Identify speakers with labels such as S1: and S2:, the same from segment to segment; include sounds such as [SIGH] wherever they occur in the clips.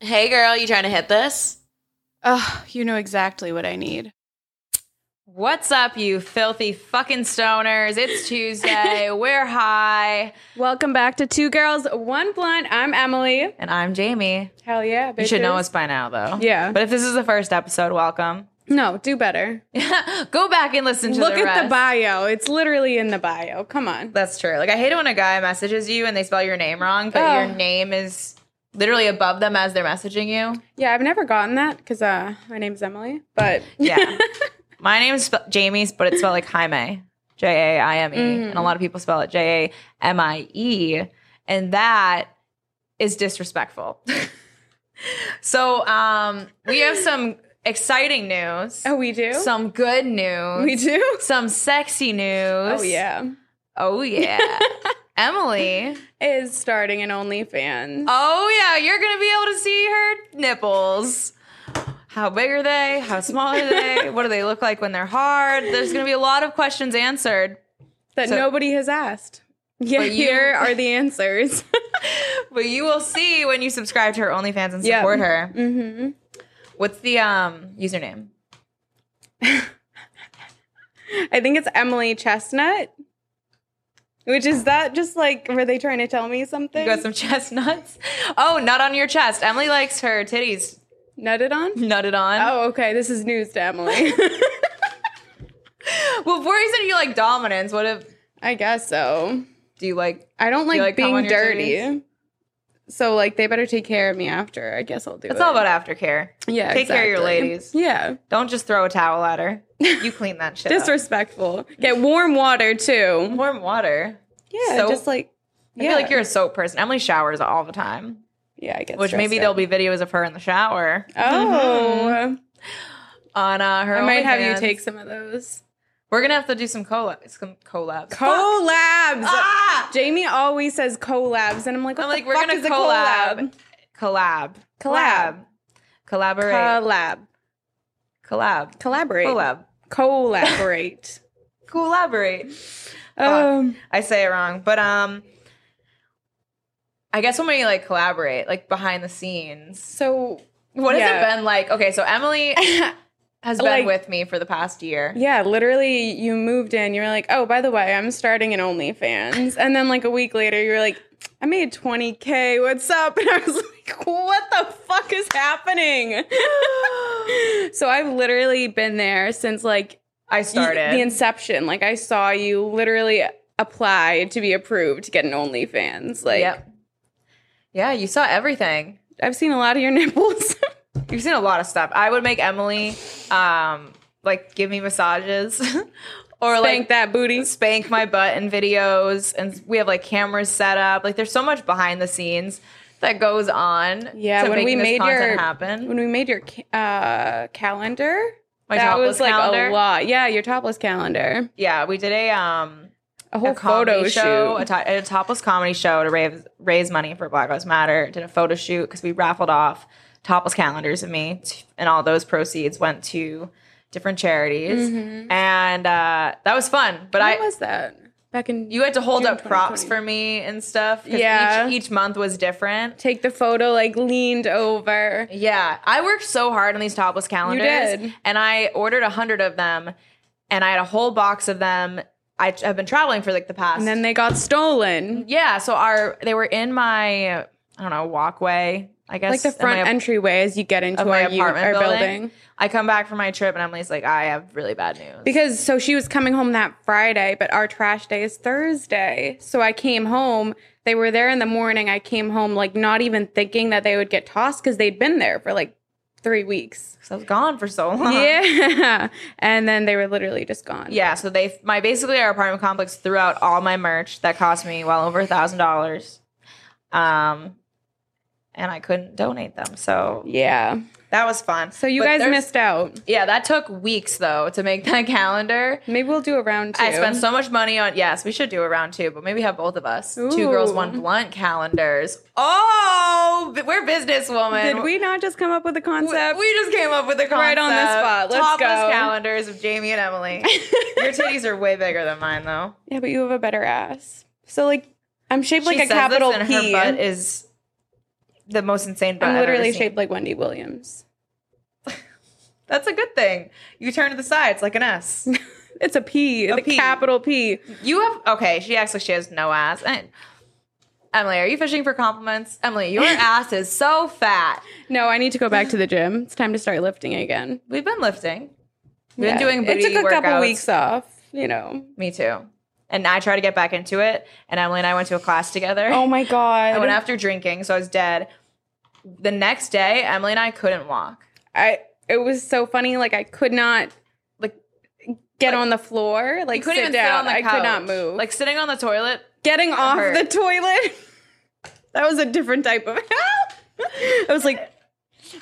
S1: Hey girl, you trying to hit this?
S2: Oh, you know exactly what I need.
S3: What's up, you filthy fucking stoners? [LAUGHS] It's Tuesday. We're high.
S2: Welcome back to Two Girls, One Blunt. I'm Emily.
S3: And I'm Jamie.
S2: Hell yeah, bitches.
S3: You should know us by now, though.
S2: Yeah.
S3: But if this is the first episode, welcome. [LAUGHS]
S2: No, do better.
S3: Go back and listen to
S2: Look
S3: the
S2: at
S3: rest.
S2: the bio. It's literally in the bio. Come on.
S3: That's true. Like, I hate it when a guy messages you and they spell your name wrong, but
S2: Oh.
S3: your name is literally above them as they're messaging you.
S2: Yeah, I've never gotten that because uh, my name's Emily, but [LAUGHS]
S3: Yeah. [LAUGHS] My name is spe- Jamie's, but it's spelled like Jaime, J A I M E.
S2: Mm-hmm.
S3: And a lot of people spell it J A M I E. And that is disrespectful. [LAUGHS] so um, we have some exciting news,
S2: oh, we do.
S3: some good news,
S2: we do.
S3: [LAUGHS] some sexy news.
S2: Oh yeah,
S3: Oh,
S2: [LAUGHS]
S3: yeah. Emily.
S2: is starting an OnlyFans.
S3: Oh, yeah. You're going to be able to see her nipples. How big are they? How small are
S2: [LAUGHS]
S3: they? what do they look like when they're hard? There's going to be a lot of questions answered.
S2: that
S3: so-
S2: nobody has asked. Yeah,
S3: But you-
S2: here are the answers. [LAUGHS]
S3: But you will see when you subscribe to her OnlyFans and
S2: Yeah.
S3: support her.
S2: mm-hmm.
S3: What's the um username?
S2: I think it's Emily Chestnut. Which is that just like were they trying to tell me something?
S3: You got some [LAUGHS] chestnuts? Oh, nut on your chest. Emily likes her titties
S2: nutted on?
S3: nutted on.
S2: Oh, okay. This is news to Emily. [LAUGHS]
S3: Well, before you said you like dominance, what if
S2: I guess so.
S3: do you like
S2: I don't like,
S3: you like cum on
S2: being
S3: your
S2: dirty. So like they better take care of me after. I guess I'll do
S3: it's
S2: it.
S3: all about aftercare.
S2: yeah.
S3: Take care of your
S2: exactly.
S3: ladies.
S2: Yeah.
S3: Don't just throw a towel at her. You clean
S2: [LAUGHS]
S3: that shit. up.
S2: Disrespectful. Get warm water too.
S3: warm water.
S2: Yeah.
S3: Soap.
S2: Just like
S3: I feel like you're a soap person. Emily showers all the time.
S2: yeah. I get
S3: Which maybe
S2: stressed
S3: there'll be videos of her in the shower
S2: out. Oh,
S3: on uh, her.
S2: I might have
S3: OnlyFans.
S2: you take some of those
S3: We're gonna have to do some collab. Some collabs.
S2: collabs.
S3: Ah!
S2: Jamie always says collabs, and I'm like, what
S3: I'm
S2: the
S3: like, we're
S2: fuck
S3: gonna
S2: is a
S3: collab.
S2: collab?
S3: collab,
S2: Collab.
S3: collaborate,
S2: Collab,
S3: collab,
S2: collaborate,
S3: collab, [LAUGHS]
S2: collaborate.
S3: collaborate.
S2: um,
S3: I say it wrong, but um, I guess when we like collaborate, like behind the scenes,
S2: so
S3: what has
S2: Yeah.
S3: it been like? Okay, so
S2: [LAUGHS]
S3: Emily has been
S2: Like-
S3: with me for the past year.
S2: yeah, literally, you moved in. You were like, oh, by the way, I'm starting an OnlyFans, and then like a week later, you were like, I made 20k. What's up? [LAUGHS] And I was like, what the fuck is
S3: [GASPS]
S2: happening? so I've literally been there since like
S3: I
S2: y-
S3: started.
S2: the inception. Like I saw you literally apply to be approved to get an OnlyFans. Like
S3: yep. Yeah, you saw everything.
S2: I've seen a lot of your [LAUGHS] nipples.
S3: You've seen a lot of stuff. I would make Emily, um, like give me massages, [LAUGHS] or
S2: Thank
S3: like
S2: that booty.
S3: spank my butt in videos and we have like cameras set up like there's so much behind the scenes that goes on
S2: Yeah,
S3: to
S2: when we
S3: making this
S2: made
S3: content
S2: your
S3: happen
S2: when we made your ca- uh, calendar,
S3: My
S2: that
S3: topless
S2: was like
S3: calendar?
S2: a lot. Yeah, your topless calendar,
S3: yeah we did a um
S2: a whole
S3: a
S2: photo
S3: comedy show
S2: shoot.
S3: a, to- a topless comedy show to raise raise money for black lives matter did a photo shoot because we raffled off topless calendars of me t- and all those proceeds went to different charities and uh that was fun but i
S2: what was Mm-hmm. that back in?
S3: you had to hold
S2: June
S3: up props
S2: 2020.
S3: for me and stuff 'cause
S2: Yeah.
S3: each, each month was different
S2: take the photo like leaned over.
S3: Yeah, I worked so hard on these topless calendars,
S2: did.
S3: and I ordered a hundred of them, and I had a whole box of them. I t- have been traveling for like the past.
S2: And then they got stolen,
S3: yeah, so our they were in my I don't know walkway. I guess
S2: like the
S3: in
S2: front
S3: my,
S2: entryway as you get into
S3: of my
S2: our, u-
S3: apartment
S2: our
S3: building.
S2: building.
S3: I come back from my trip, and Emily's like, I have really bad news.
S2: Because so she was coming home that Friday, but our trash day is Thursday. So I came home. They were there in the morning. I came home like not even thinking that they would get tossed because they'd been there for like three weeks.
S3: 'Cause I was gone for so long.
S2: Yeah. [LAUGHS] And then they were literally just gone.
S3: Uh-huh. Yeah, so they my basically our apartment complex threw out all my merch that cost me well over a thousand dollars, um, and I couldn't donate them. So
S2: Yeah.
S3: That was fun.
S2: So you
S3: But
S2: guys
S3: there's-
S2: missed out.
S3: Yeah, that took weeks though to make that [LAUGHS] calendar.
S2: Maybe we'll do a round two.
S3: I spent so much money on. Yes, we should do a round two, but maybe have both of us. Two
S2: Ooh.
S3: girls, one blunt calendars. Oh, b- we're businesswoman.
S2: Did we not just come up with a
S3: We
S2: concept?
S3: we just came up with the concept.
S2: Right on the spot. Let's
S3: Topless
S2: go.
S3: calendars of Jamie and
S2: [LAUGHS]
S3: Emily. Your titties are way bigger than mine though.
S2: yeah, but you have a better ass. So like I'm shaped
S3: She
S2: like a
S3: says this
S2: capital
S3: and
S2: P.
S3: Her butt is the most insane butt.
S2: I'm
S3: I've ever
S2: literally
S3: seen.
S2: shaped like Wendy Williams.
S3: That's a good thing. You turn to the sides like an
S2: [LAUGHS]
S3: S.
S2: It's a P, the
S3: P.
S2: capital P.
S3: You have okay. She acts like she has no ass. And Emily, are you fishing for compliments? Emily,
S2: [LAUGHS]
S3: your ass is so fat.
S2: No, I need to go back to the gym. It's time to start lifting again.
S3: We've been lifting. We've
S2: Yeah.
S3: been doing booty
S2: It took a
S3: workouts.
S2: couple weeks off, you know.
S3: Me too. And I tried to get back into it. And Emily and I went to a class together.
S2: Oh [LAUGHS] my
S3: [LAUGHS]
S2: god.
S3: I went after drinking, so I was dead. The next day, Emily and I couldn't walk.
S2: I it was so funny. Like I could not like get on the floor, like
S3: You couldn't
S2: sit
S3: even
S2: down.
S3: sit on the
S2: I could not
S3: couch.
S2: move.
S3: Like sitting on the toilet.
S2: getting off
S3: hurt.
S2: the toilet. [LAUGHS] that was a different type of [LAUGHS] help. I was like,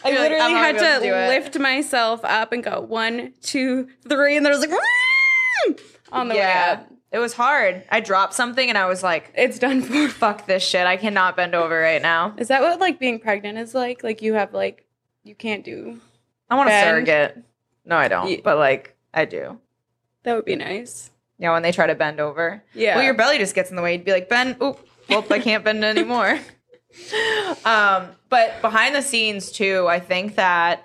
S2: I
S3: You're like,
S2: literally
S3: I'm not
S2: had
S3: gonna
S2: to
S3: be able to do it.
S2: lift myself up and go one, two, three, and then I was like "Wah!" on the way
S3: yeah.
S2: up.
S3: It was hard. I dropped something and I was like,
S2: It's done for.
S3: fuck this shit. I cannot bend over right now.
S2: [LAUGHS] Is that what like being pregnant is like? Like you have like you can't do.
S3: I want a
S2: Bend.
S3: surrogate. No, I don't.
S2: Ye-
S3: But like, I do.
S2: That would be nice.
S3: You know, when they try to bend over.
S2: Yeah.
S3: Well, your belly just gets in the way. You'd be like, Ben, oop, well, I can't bend anymore. [LAUGHS] um, but behind the scenes too, I think that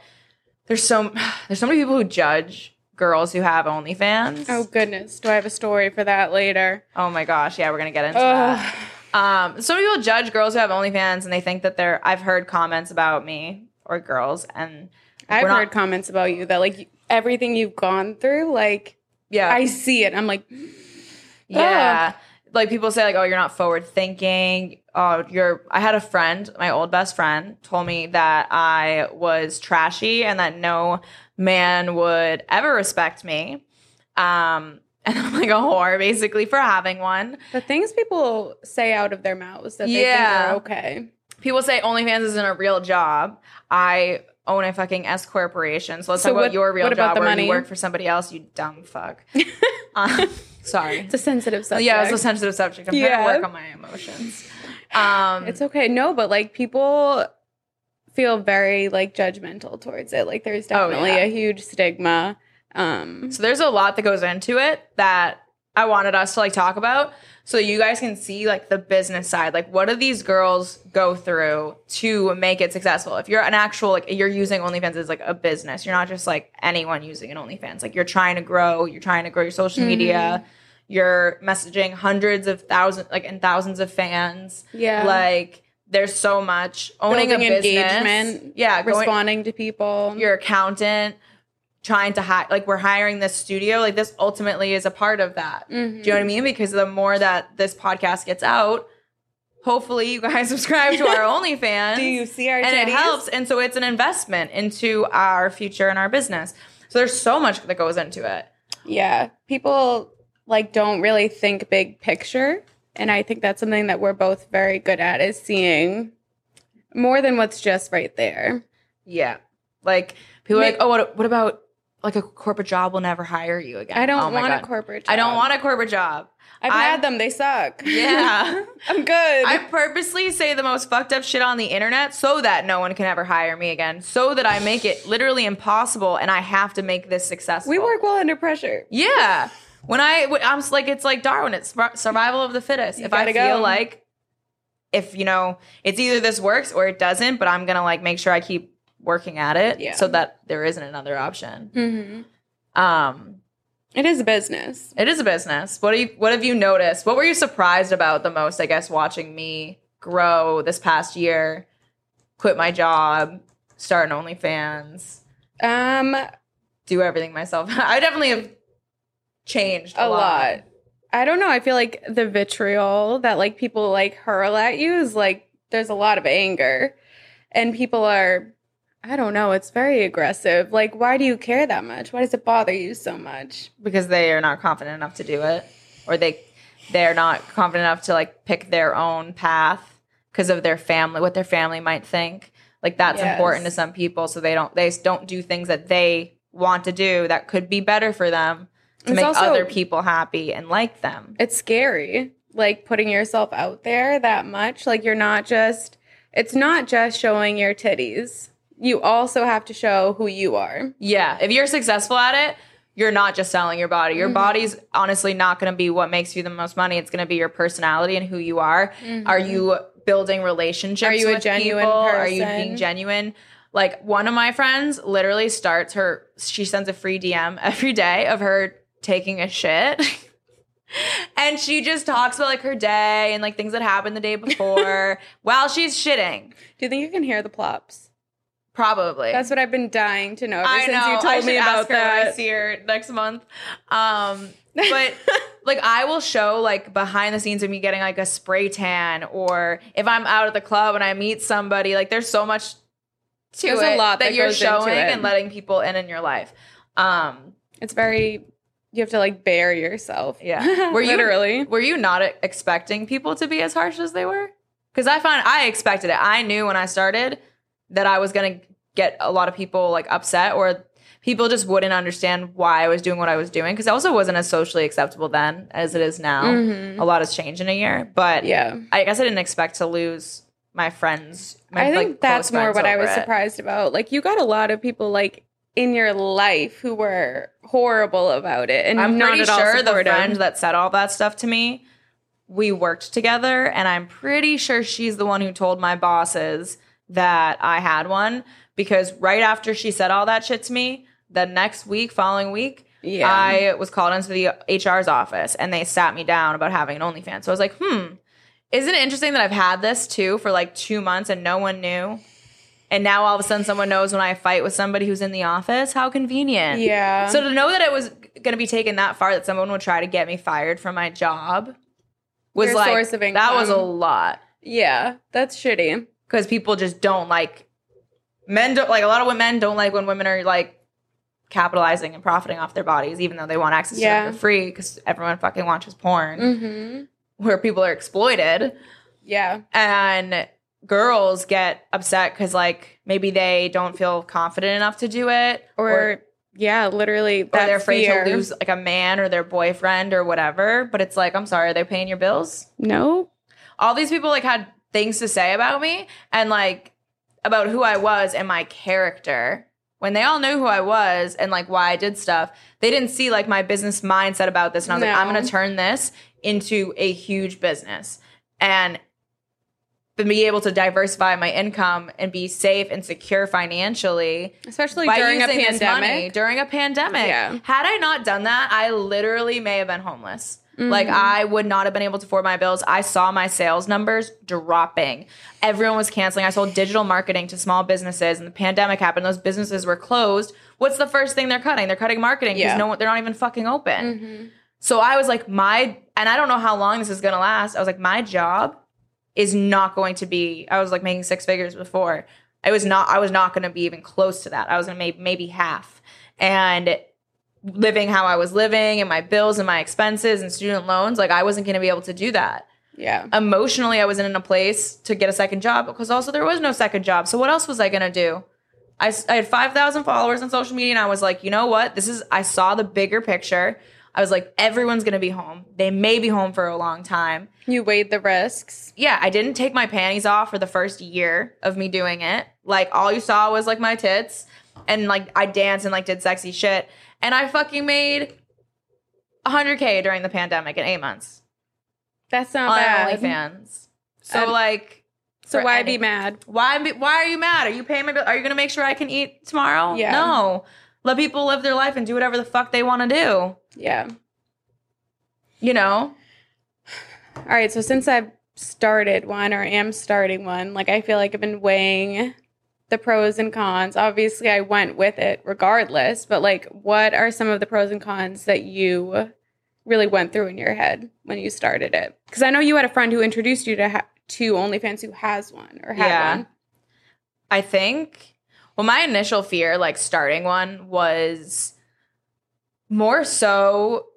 S3: there's so [SIGHS] there's so many people who judge girls who have OnlyFans.
S2: Oh goodness, do I have a story for that later?
S3: Oh my gosh, yeah, we're gonna get into
S2: Ugh.
S3: that. Um, so people judge girls who have OnlyFans and they think that they're I've heard comments about me or girls and
S2: I've
S3: We're not-
S2: heard comments about you that like everything you've gone through, like
S3: yeah.
S2: I see it. I'm like,
S3: Yeah. Like people say, like, oh, you're not forward thinking. Oh, you're. I had a friend, my old best friend, told me that I was trashy and that no man would ever respect me. Um, [LAUGHS] and I'm like a whore basically for having one.
S2: The things people say out of their mouths that they
S3: Yeah.
S2: think are okay.
S3: People say OnlyFans isn't a real job. I own a fucking S corporation. So let's
S2: So
S3: talk
S2: what-
S3: about your real
S2: what about
S3: job
S2: the
S3: where
S2: money?
S3: you work for somebody else. You dumb fuck.
S2: [LAUGHS]
S3: um, sorry.
S2: It's a sensitive subject.
S3: Yeah, it was a sensitive subject. I'm trying
S2: Yeah.
S3: to work on my emotions. Um,
S2: it's okay. No, but like people feel very like judgmental towards it. Like there's
S3: Oh,
S2: definitely
S3: yeah.
S2: a huge stigma. Um
S3: So there's a lot that goes into it that I wanted us to like talk about so you guys can see like the business side. Like what do these girls go through to make it successful? If you're an actual like you're using OnlyFans as like a business, you're not just like anyone using an OnlyFans. Like you're trying to grow, you're trying to grow your social
S2: Mm-hmm.
S3: media, you're messaging hundreds of thousands like and thousands of fans.
S2: yeah.
S3: Like there's so much owning
S2: Building
S3: a business.
S2: engagement,
S3: yeah, going,
S2: responding to people.
S3: your accountant trying to hire like we're hiring this studio like this ultimately is a part of that
S2: Mhm.
S3: do you know what i mean because the more that this podcast gets out hopefully you guys [LAUGHS] subscribe
S2: [LAUGHS]
S3: to our onlyfans
S2: Do you see our
S3: and it
S2: titties?
S3: helps and so it's an investment into our future and our business so there's so much that goes into it
S2: Yeah. People like don't really think big picture. And I think that's something that we're both very good at is seeing more than what's just right there.
S3: yeah like people are
S2: Ma-
S3: like oh what, what about like a corporate job will never hire you again
S2: I don't
S3: Oh my
S2: want a
S3: God.
S2: corporate job.
S3: i don't want a corporate job
S2: I've
S3: I-
S2: had them. They suck.
S3: yeah
S2: [LAUGHS] I'm good.
S3: [LAUGHS] I purposely say the most fucked up shit on the internet so that no one can ever hire me again, so that I make it literally impossible and I have to make this successful.
S2: we work well under pressure.
S3: Yeah. When I, when I'm s- like, it's like Darwin, it's sur- survival of the fittest.
S2: You
S3: if I
S2: gotta
S3: feel
S2: go.
S3: like, if you know, it's either this works or it doesn't, but I'm gonna like make sure I keep working at it
S2: Yeah.
S3: so that there isn't another option.
S2: Mm-hmm.
S3: Um,
S2: It is a business.
S3: it is a business. What do you what have you noticed? What were you surprised about the most, I guess, watching me grow this past year, quit my job, start an OnlyFans,
S2: Um, a,
S3: do everything myself? [LAUGHS] I definitely have changed a,
S2: lot. I don't know. I feel like the vitriol that like people like hurl at you is like there's a lot of anger, and people are, I don't know. It's very aggressive. Like, why do you care that much? Why does it bother you so much?
S3: Because they are not confident enough to do it. Or they they're not confident enough to like pick their own path because of their family, what their family might think. Like that's
S2: Yes.
S3: important to some people. So they don't they s- don't do things that they want to do that could be better for them. to
S2: It's
S3: make
S2: also-
S3: other people happy and like them.
S2: it's scary like putting yourself out there that much like you're not just it's not just showing your titties you also have to show who you are
S3: Yeah, if you're successful at it, you're not just selling your body. Your
S2: Mhm.
S3: body's Mm-hmm. honestly not going to be what makes you the most money. It's going to be your personality and who you are. Are you building relationships.
S2: Mm-hmm. Are you a
S3: with
S2: genuine
S3: people? Are you
S2: person?
S3: being genuine? Like one of my friends literally starts her. She sends a free DM every day of her taking a shit. [LAUGHS] And she just talks about like her day and like things that happened the day
S2: [LAUGHS]
S3: before while she's shitting.
S2: Do you think you can hear the plops?
S3: Probably.
S2: That's what I've been dying to know ever
S3: I
S2: since
S3: know.
S2: you
S3: I
S2: told
S3: should
S2: me
S3: ask
S2: about
S3: her when I
S2: that.
S3: see her next month. Um, but
S2: [LAUGHS]
S3: like I will show like behind the scenes of me getting like a spray tan, or if I'm out at the club and I meet somebody. Like there's so much to
S2: There's a
S3: it
S2: lot
S3: that,
S2: that
S3: you're
S2: goes into
S3: showing
S2: it.
S3: and letting people in in your life. Um,
S2: It's very you have to like bear yourself. [LAUGHS]
S3: Yeah. Were
S2: Were
S3: you-
S2: literally.
S3: were you not e- expecting people to be as harsh as they were? Because I found I expected it. I knew when I started that I was gonna get a lot of people like upset or people just wouldn't understand why I was doing what I was doing. Because I also wasn't as socially acceptable then as it is now.
S2: Mhm.
S3: A lot has changed in a year, but
S2: Yeah.
S3: I guess I didn't expect to lose my friends. My,
S2: I think
S3: like,
S2: that's
S3: close
S2: more
S3: friends
S2: what I
S3: over
S2: was
S3: it.
S2: surprised about. Like you got a lot of people like in your life who were horrible about it, and
S3: I'm
S2: not
S3: pretty
S2: at all
S3: sure the
S2: supportive.
S3: friend that said all that stuff to me, we worked together, and I'm pretty sure she's the one who told my bosses that I had one because right after she said all that shit to me, the next week, following week,
S2: yeah,
S3: I was called into the HR's office and they sat me down about having an OnlyFans. So I was like, hmm, isn't it interesting that I've had this too for like two months and no one knew? And now all of a sudden someone knows when I fight with somebody who's in the office? How convenient.
S2: yeah.
S3: So to know that it was going to be taken that far that someone would try to get me fired from my job was
S2: Your
S3: like
S2: source of
S3: that was a
S2: income.
S3: lot
S2: yeah, that's shitty.
S3: because people just don't like men don't like a lot of women don't like when women are like capitalizing and profiting off their bodies even though they want access to
S2: Yeah.
S3: it for free because everyone fucking watches porn
S2: Mm-hmm.
S3: where people are exploited
S2: Yeah,
S3: and girls get upset because like maybe they don't feel confident enough to do it
S2: or, yeah, literally,
S3: or
S2: that
S3: they're afraid
S2: fear.
S3: to lose like a man or their boyfriend or whatever. But it's like, I'm sorry, are they paying your bills?
S2: No,
S3: All these people like had things to say about me and like about who I was and my character. When they all knew who I was and like why I did stuff, they didn't see like my business mindset about this. And I was like,
S2: No.
S3: I'm gonna turn this into a huge business and be able to diversify my income and be safe and secure financially
S2: especially
S3: by
S2: during a
S3: using this money
S2: pandemic.
S3: during a pandemic
S2: Yeah.
S3: had i not done that i literally may have been homeless
S2: Mm-hmm.
S3: like i would not have been able to afford my bills i saw my sales numbers dropping everyone was canceling i sold digital marketing to small businesses and the pandemic happened those businesses were closed what's the first thing they're cutting they're cutting marketing because
S2: Yeah.
S3: no one they're not even fucking open
S2: Mhm.
S3: so I was like, my, and I don't know how long this is gonna last. I was like, my job is not going to be, I was like making six figures before. It was not, I was not gonna be even close to that. I was gonna make maybe half. And living how I was living and my bills and my expenses and student loans, like I wasn't gonna be able to do that.
S2: Yeah,
S3: Emotionally, I wasn't in a place to get a second job because also there was no second job. So what else was I gonna do? I, s- I had 5,000 followers on social media and I was like, you know what? This is, I saw the bigger picture. I was like, everyone's going to be home. They may be home for a long time.
S2: you weighed the risks.
S3: Yeah, I didn't take my panties off for the first year of me doing it. Like, all you saw was like my tits and like I danced and like did sexy shit. And I fucking made 100K during the pandemic in eight months
S2: That's not
S3: on
S2: bad.
S3: OnlyFans. So,
S2: And-
S3: like,
S2: So
S3: for
S2: why
S3: any-
S2: be mad?
S3: why be- why are you mad? Are you paying my bill? Are you gonna make sure I can eat tomorrow?
S2: Yeah.
S3: No. Let people live their life and do whatever the fuck they want to do.
S2: Yeah.
S3: You know?
S2: All right, so since I've started one or am starting one, like I feel like I've been weighing the pros and cons. Obviously, I went with it regardless, but like what are some of the pros and cons that you really went through in your head when you started it? Cuz I know you had a friend who introduced you to ha- to OnlyFans who has one or had
S3: Yeah.
S2: one.
S3: I think well, my initial fear, like starting one, was more so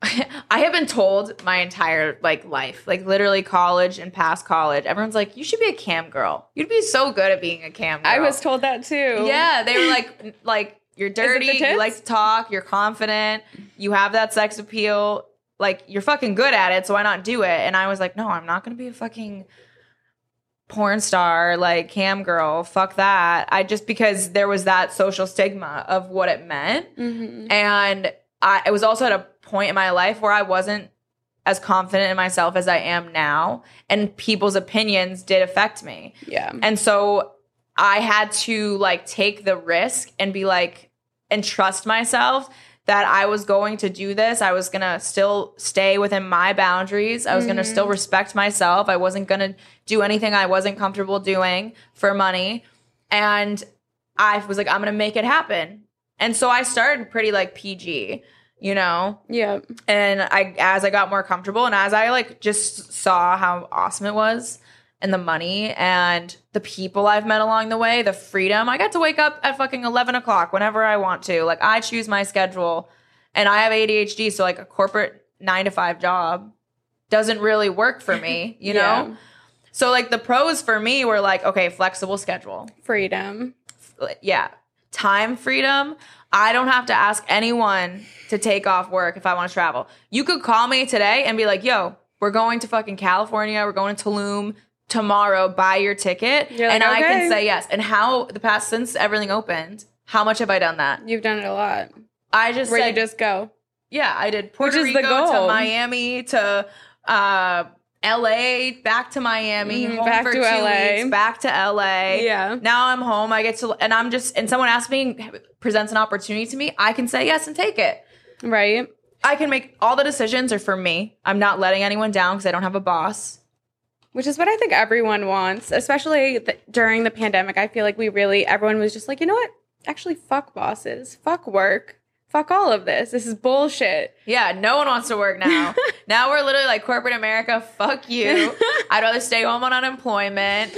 S3: [LAUGHS] I have been told my entire like life, like literally college and past college, everyone's like, you should be a cam girl. You'd be so good at being a cam girl.
S2: I was told that too.
S3: Yeah, they were like, like you're
S2: the
S3: dirty, you
S2: tits?
S3: like to talk, you're confident, you have that sex appeal, like you're fucking good at it, so why not do it? And I was like, no, I'm not gonna be a fucking porn star, like cam girl, fuck that. I just because there was that social stigma of what it meant,
S2: Mhm.
S3: and I it was also at a point in my life where I wasn't as confident in myself as I am now, and people's opinions did affect me.
S2: Yeah.
S3: And so I had to like take the risk and be like, and trust myself that I was going to do this. I was going to still stay within my boundaries. I was going to still respect myself. I wasn't going to do anything I wasn't comfortable doing for money. And I was like, I'm going to make it happen. And so I started pretty like PG, you know?
S2: Yeah.
S3: and I as I got more comfortable and as I like just saw how awesome it was and the money and the people I've met along the way, the freedom. I got to wake up at fucking eleven o'clock whenever I want to. Like I choose my schedule and I have ADHD, so like a corporate nine to five job doesn't really work for me, you know?
S2: Yeah.
S3: So like the pros for me were like, okay, flexible schedule
S2: Freedom.
S3: yeah time freedom i don't have to ask anyone to take off work if i want to travel you could call me today and be like yo we're going to fucking california we're going to tulum tomorrow buy your ticket
S2: You're like,
S3: and i
S2: "Okay."
S3: can say yes and how the past since everything opened how much have i done that
S2: You've done it a lot.
S3: i just
S2: Where you
S3: said-
S2: just go.
S3: yeah i did puerto
S2: is the
S3: rico to
S2: goal.
S3: miami to uh la back to miami
S2: Mhm,
S3: home
S2: back
S3: for
S2: to
S3: two
S2: LA.
S3: weeks back to la
S2: Yeah.
S3: now I'm home. I get to, and I'm just, and someone asks me, presents an opportunity to me, I can say yes and take it.
S2: Right.
S3: I can make all the decisions are for me. I'm not letting anyone down because I don't have a boss.
S2: Which is what I think everyone wants, especially th- during the pandemic. I feel like we really, everyone was just like, you know what? Actually, fuck bosses, fuck work, fuck all of this. This is bullshit.
S3: Yeah, no one wants to work
S2: [LAUGHS]
S3: now. now we're literally like corporate America, fuck you. I'd rather stay home on unemployment.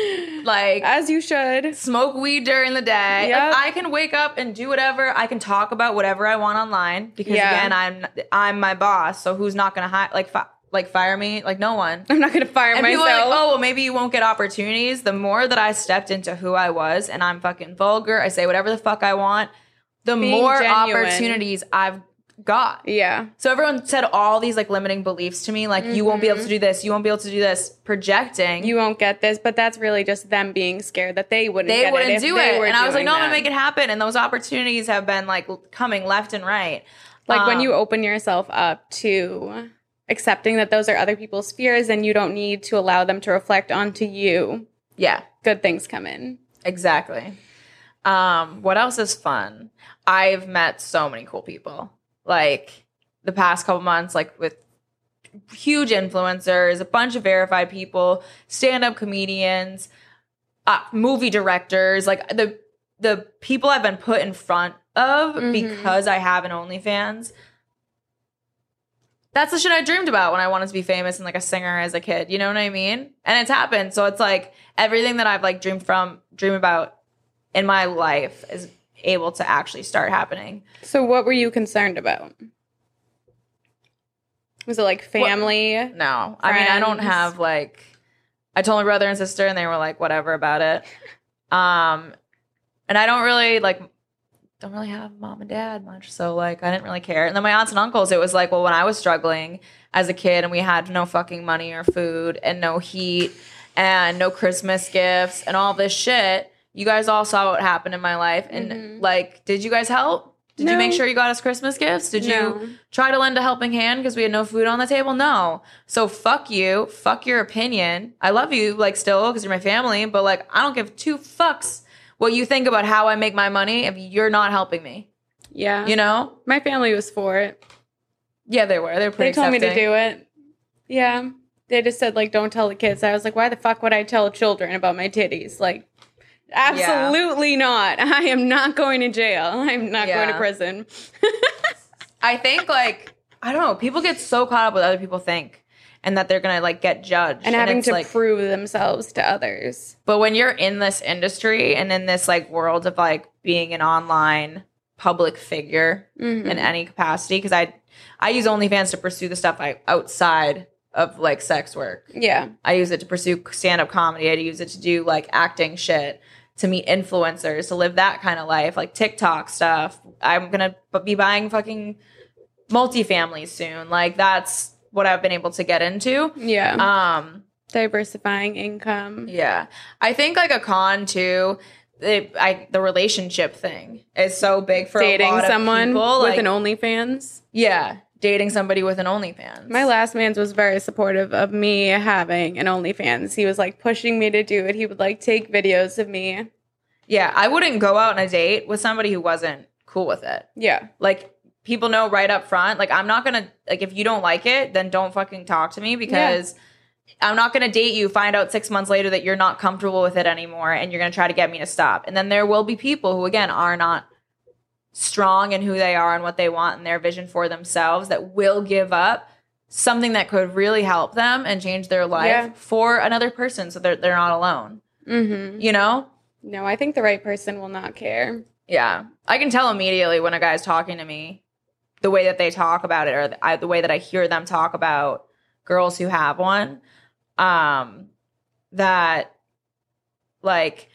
S3: Like,
S2: As you should. [LAUGHS]
S3: smoke weed during the day.
S2: Yep.
S3: Like, I can wake up and do whatever. I can talk about whatever I want online because
S2: Yeah.
S3: again, I'm I'm my boss. So who's not gonna hi- like fi- like fire me? Like no one.
S2: I'm not going to fire
S3: and
S2: myself.
S3: people are like, oh, well, maybe you won't get opportunities. The more that I stepped into who I was, and I'm fucking vulgar, I say whatever the fuck I want, the
S2: Being
S3: more
S2: genuine.
S3: opportunities I've got.
S2: yeah.
S3: So everyone said all these like limiting beliefs to me, like you won't be able to do this, you won't be able to do this, projecting.
S2: Mm-hmm. You won't get this, but that's really just them being scared that they wouldn't.
S3: they
S2: get
S3: wouldn't
S2: it if
S3: do
S2: they
S3: it.
S2: were
S3: And I was like,
S2: doing
S3: no, I'm gonna
S2: that."
S3: make it happen. And those opportunities have been like l- coming left and right.
S2: Like when
S3: Um,
S2: you open yourself up to accepting that those are other people's fears, and you don't need to allow them to reflect onto you.
S3: Yeah.
S2: Good things come in.
S3: Exactly. Um, what else is fun? I've met so many cool people. Like the past couple months, like with huge influencers, a bunch of verified people, stand-up comedians, uh, movie directors, like the the people I've been put in front of
S2: Mhm.
S3: because I have an OnlyFans. That's the shit I dreamed about when I wanted to be famous and like a singer as a kid. You know what I mean? And it's happened. So it's like everything that I've like dreamed from, dream about in my life is able to actually start happening.
S2: So, what were you concerned about? Was it like family?
S3: No, I mean I don't
S2: Friends.
S3: have like. I told my brother and sister, and they were like, "Whatever about it." Um, and I don't really like, don't really have mom and dad much, so like I didn't really care. And then my aunts and uncles, it was like, well, when I was struggling as a kid, and we had no fucking money or food, and no heat, and no Christmas gifts, and all this shit. You guys all saw what happened in my life, and
S2: Mhm.
S3: like, did you guys help? Did you
S2: No.
S3: make sure you got us Christmas gifts? Did you
S2: No.
S3: try to lend a helping hand because we had no food on the table? No. So fuck you. Fuck your opinion. I love you, like, still, because you're my family, but like, I don't give two fucks what you think about how I make my money if you're not helping me.
S2: Yeah.
S3: You know?
S2: my family was for it.
S3: Yeah, they were. They were pretty
S2: they told me to
S3: accepting.
S2: do it. Yeah. They just said like don't tell the kids. I was like, why the fuck would I tell children about my titties? Like absolutely not. [LAUGHS] I am not going to jail. I'm not going
S3: Yeah.
S2: to prison.
S3: I think, like, I don't know. People get so caught up with other people think and that they're going to, like, get judged.
S2: And having
S3: it's,
S2: to
S3: like,
S2: prove themselves to others.
S3: But when you're in this industry and in this like world of like being an online public figure
S2: Mhm.
S3: in any capacity, because I I use OnlyFans to pursue the stuff I outside of like sex work.
S2: Yeah.
S3: I use it to pursue stand up comedy. I use it to do like acting shit, to meet influencers, to live that kind of life, like TikTok stuff. I'm gonna b- be buying fucking multifamily soon. Like that's what I've been able to get into.
S2: Yeah.
S3: Um
S2: Diversifying income.
S3: yeah. I think like a con too, the I the relationship thing is so big for a
S2: Dating
S3: lot of
S2: someone
S3: people,
S2: with
S3: like-
S2: an OnlyFans.
S3: yeah. dating somebody with an OnlyFans.
S2: My last man's was very supportive of me having an OnlyFans. He was like pushing me to do it. He would like take videos of me.
S3: yeah, I wouldn't go out on a date with somebody who wasn't cool with it.
S2: Yeah.
S3: Like people know right up front. Like I'm not gonna like if you don't like it, then don't fucking talk to me because. I'm not going to date you, find out six months later that you're not comfortable with it anymore, and you're going to try to get me to stop. And then there will be people who, again, are not strong in who they are and what they want and their vision for themselves that will give up something that could really help them and change their life
S2: Yeah.
S3: for another person so that they're not alone,
S2: Mm-hmm.
S3: you know?
S2: No, I think the right person will not care.
S3: Yeah. I can tell immediately when a guy's talking to me, the way that they talk about it or the, I, the way that I hear them talk about girls who have one, um, that like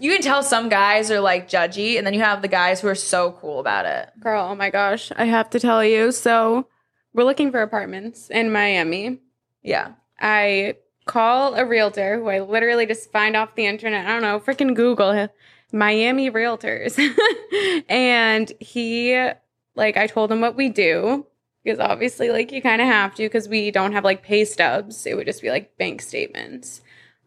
S3: you can tell some guys are like judgy and then you have the guys who are so cool about it.
S2: Girl, oh my gosh, I have to tell you. So, we're looking for apartments in Miami.
S3: Yeah.
S2: I call a realtor who I literally just find off the internet. I don't know, freaking Google Miami realtors. [LAUGHS] and he, like, I told him what we do because obviously, like, you kind of have to because we don't have like pay stubs. It would just be like bank statements.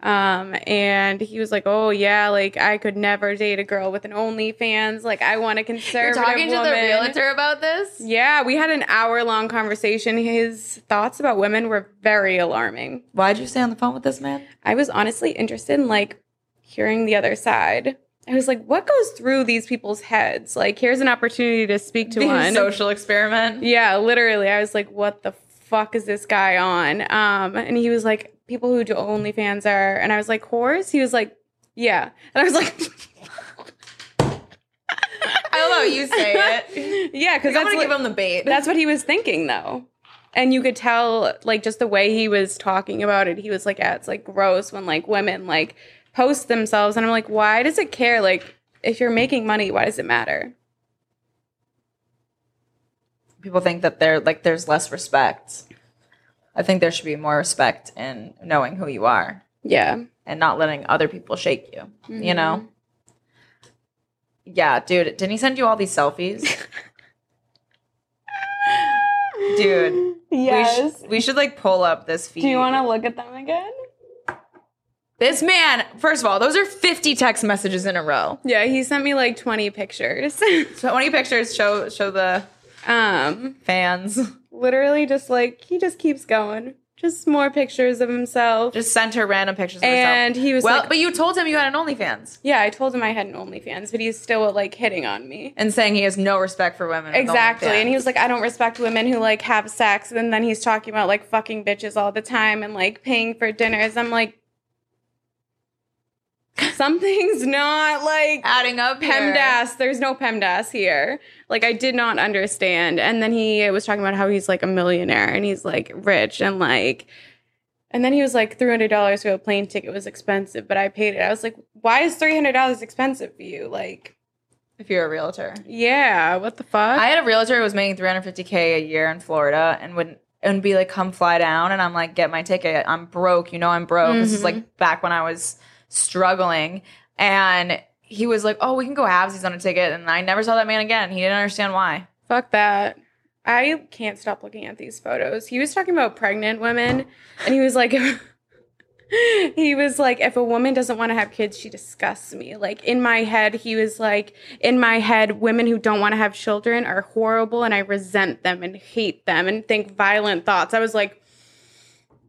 S2: Um, and he was like, Oh, yeah, like, I could never date a girl with an OnlyFans. Like, I want a
S3: You're
S2: conservative.
S3: talking to
S2: woman.
S3: the realtor about this?
S2: Yeah, we had an hour long conversation. His thoughts about women were very alarming.
S3: Why'd you stay on the phone with this man?
S2: I was honestly interested in like hearing the other side. I was like, what goes through these people's heads? Like, here's an opportunity to speak to
S3: The
S2: one.
S3: social experiment.
S2: yeah, literally. I was like, what the fuck is this guy on? Um, and he was like, people who do OnlyFans are, and I was like, whores? He was like, yeah. And I was like,
S3: [LAUGHS]
S2: [LAUGHS]
S3: I love how you say [LAUGHS] it.
S2: yeah, because
S3: I'm
S2: that's
S3: going to
S2: like,
S3: give him the bait.
S2: That's what he was thinking, though. And you could tell, like, just the way he was talking about it, he was like, yeah, it's like gross when like women like post themselves. And I'm like, why does it care? Like, if you're making money, why does it matter?
S3: people think that they're like there's less respect. I think there should be more respect in knowing who you are
S2: Yeah.
S3: and not letting other people shake you. You know?
S2: Mm-hmm.
S3: Yeah, dude. Didn't he send you all these selfies?
S2: [LAUGHS]
S3: dude. We, sh- we should like pull up this feed.
S2: Do you want to look at them again?
S3: This man, first of all, those are 50 text messages in a row.
S2: Yeah, he sent me like 20 pictures. [LAUGHS]
S3: 20 pictures show show the
S2: um,
S3: fans.
S2: literally just like he just keeps going. Just more pictures of himself.
S3: Just sent her random pictures of herself.
S2: and he was
S3: Well,
S2: like,
S3: but you told him you had an OnlyFans
S2: yeah, I told him I had an OnlyFans, but he's still like hitting on me.
S3: and saying he has no respect for women. with
S2: Exactly.
S3: OnlyFans.
S2: And he was like, I don't respect women who like have sex. And then he's talking about like fucking bitches all the time and like paying for dinners. I'm like, something's [LAUGHS] not like
S3: adding up
S2: PEMDAS. There's no PEMDAS here. Like, I did not understand. And then he was talking about how he's like a millionaire and he's like rich and like. And then he was like, $300 for a plane ticket was expensive, but I paid it. I was like, why is $300 expensive for you? Like,
S3: If you're a realtor,
S2: yeah, what the fuck?
S3: I had a realtor who was making 350k a year in Florida and would and be like, "Come fly down," and I'm like, "Get my ticket. I'm broke. You know, I'm broke." This is
S2: Mhm.
S3: like back when I was struggling, and he was like, "Oh, we can go halvesies on a ticket," and I never saw that man again. He didn't understand why.
S2: Fuck that. I can't stop looking at these photos. He was talking about pregnant women, and he was like, [LAUGHS] he was like, if a woman doesn't want to have kids, she disgusts me. Like in my head, he was like, in my head, women who don't want to have children are horrible, and I resent them and hate them and think violent thoughts. I was like,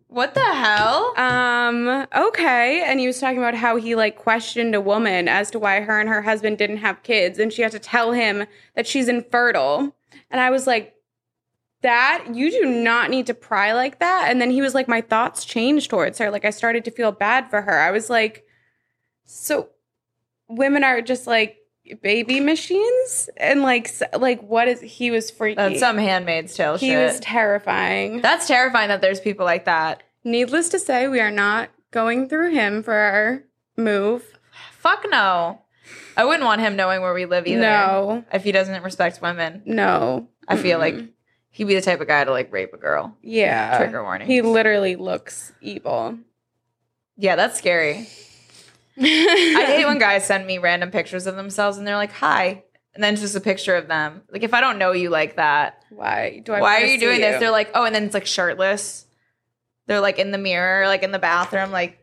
S3: What the hell?
S2: um, okay. And he was talking about how he like questioned a woman as to why her and her husband didn't have kids, and she had to tell him that she's infertile. And I was like, that you do not need to pry like that. And then he was like, my thoughts changed towards her. Like I started to feel bad for her. I was like, so women are just like baby machines, and like s- like what is he was freaky.
S3: That's some handmaid's tale
S2: he
S3: shit.
S2: was terrifying.
S3: That's terrifying that there's people like that.
S2: Needless to say, we are not going through him for our move.
S3: Fuck no. I wouldn't want him knowing where we live either.
S2: No,
S3: If he doesn't respect women,
S2: no.
S3: I feel
S2: Mm-mm.
S3: like he'd be the type of guy to like rape a girl.
S2: yeah,
S3: Trigger warning.
S2: He literally looks evil.
S3: yeah, that's scary.
S2: I
S3: I hate when guys send me random pictures of themselves and they're like, "Hi, And then it's just a picture of them. Like if I don't know you like that,
S2: [LAUGHS] Why do I?
S3: why are
S2: wanna
S3: you
S2: see
S3: doing this? They're like, oh, and then it's like shirtless. They're like in the mirror, like in the bathroom, like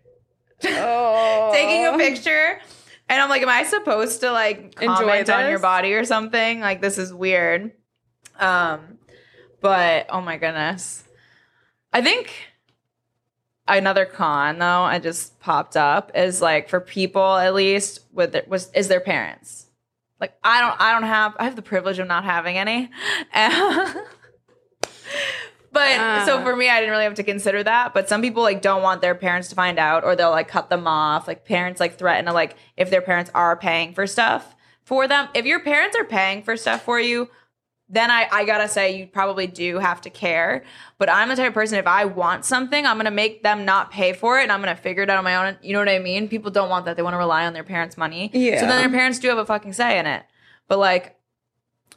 S2: oh.
S3: taking a picture. And I'm like, am I supposed to like
S2: Enjoy
S3: comment on your
S2: this?
S3: body or something? Like this is weird. Um, but oh my goodness. I think another con though I just popped up is like for people at least with their, was is their parents. Like I don't I don't have I have the privilege of not having any. [LAUGHS] But so
S2: Ah.
S3: for me, I didn't really have to consider that. But some people like don't want their parents to find out, or they'll like cut them off. Like parents like threaten to like if their parents are paying for stuff for them. If your parents are paying for stuff for you, then I I gotta say you probably do have to care. But I'm the type of person if I want something, I'm gonna make them not pay for it, and I'm gonna figure it out on my own. You know what I mean? People don't want that. They want to rely on their parents' money.
S2: Yeah.
S3: So then their parents do have a fucking say in it. But like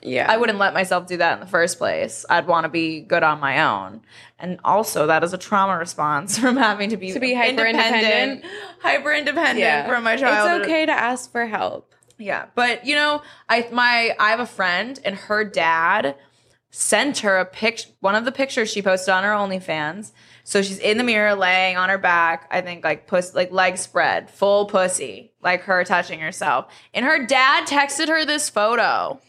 S2: Yeah,
S3: I wouldn't let myself do that in the first place. I'd want to be good on my own. And also, that is a trauma response [LAUGHS] from having to be
S2: To be hyper-independent.
S3: hyper independent from my childhood.
S2: It's okay to ask for help.
S3: Yeah, but you know, I my I have a friend, and her dad sent her a pic one of the pictures she posted on her OnlyFans. So she's in the mirror, laying on her back. I think like puss, like leg spread, full pussy, like her touching herself. And her dad texted her this photo,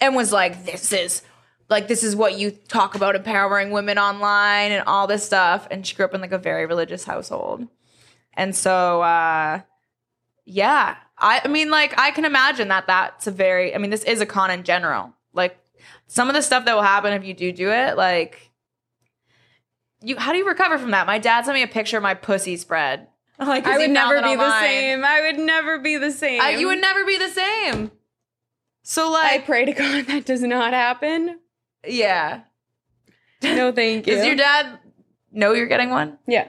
S3: and was like, "This is." Like this is what you talk about empowering women online and all this stuff. And she grew up in like a very religious household. And so uh yeah. I, I mean, like, I can imagine that that's a very, I mean, this is a con in general. Like, some of the stuff that will happen if you do do it, like, you, how do you recover from that? My dad sent me a picture of my pussy spread. Like, 'cause
S2: I
S3: Oh, he
S2: would
S3: found
S2: never
S3: it
S2: be the
S3: online.
S2: same. I would never be the same.
S3: I- you would never be the same. So,
S2: I
S3: like,
S2: pray to God [LAUGHS] that does not happen.
S3: yeah.
S2: No, thank you.
S3: Does your dad know you're getting one?
S2: yeah.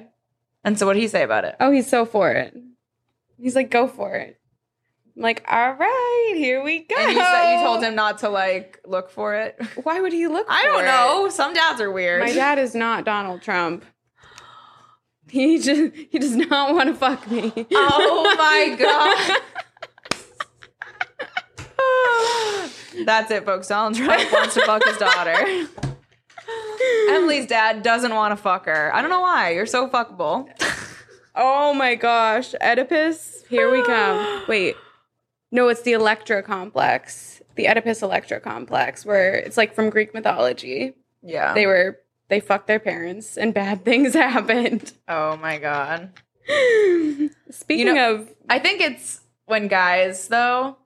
S3: And so, what did he say about it?
S2: Oh, he's so for it. He's like, go for it. I'm like, all right, here we go.
S3: And you, said, you told him not to, like, look for
S2: [LAUGHS]
S3: it?
S2: Why would he look?
S3: I
S2: for
S3: don't
S2: it?
S3: know. Some dads are weird.
S2: My dad is not Donald Trump.
S3: [GASPS]
S2: He just he does not want to fuck me.
S3: [LAUGHS]
S2: [LAUGHS]
S3: Oh my god. That's it, folks. Donald
S2: [LAUGHS]
S3: Trump wants to fuck his daughter. Emily's dad doesn't want to fuck her. I don't know why. You're so fuckable.
S2: Oh my gosh, Oedipus, here we
S3: [GASPS]
S2: come. Wait. No, it's the Electra complex. The Oedipus Electra complex where it's like from Greek mythology.
S3: Yeah.
S2: They were they fucked their parents and bad [LAUGHS] things happened.
S3: oh my god.
S2: Speaking of
S3: I think it's when guys though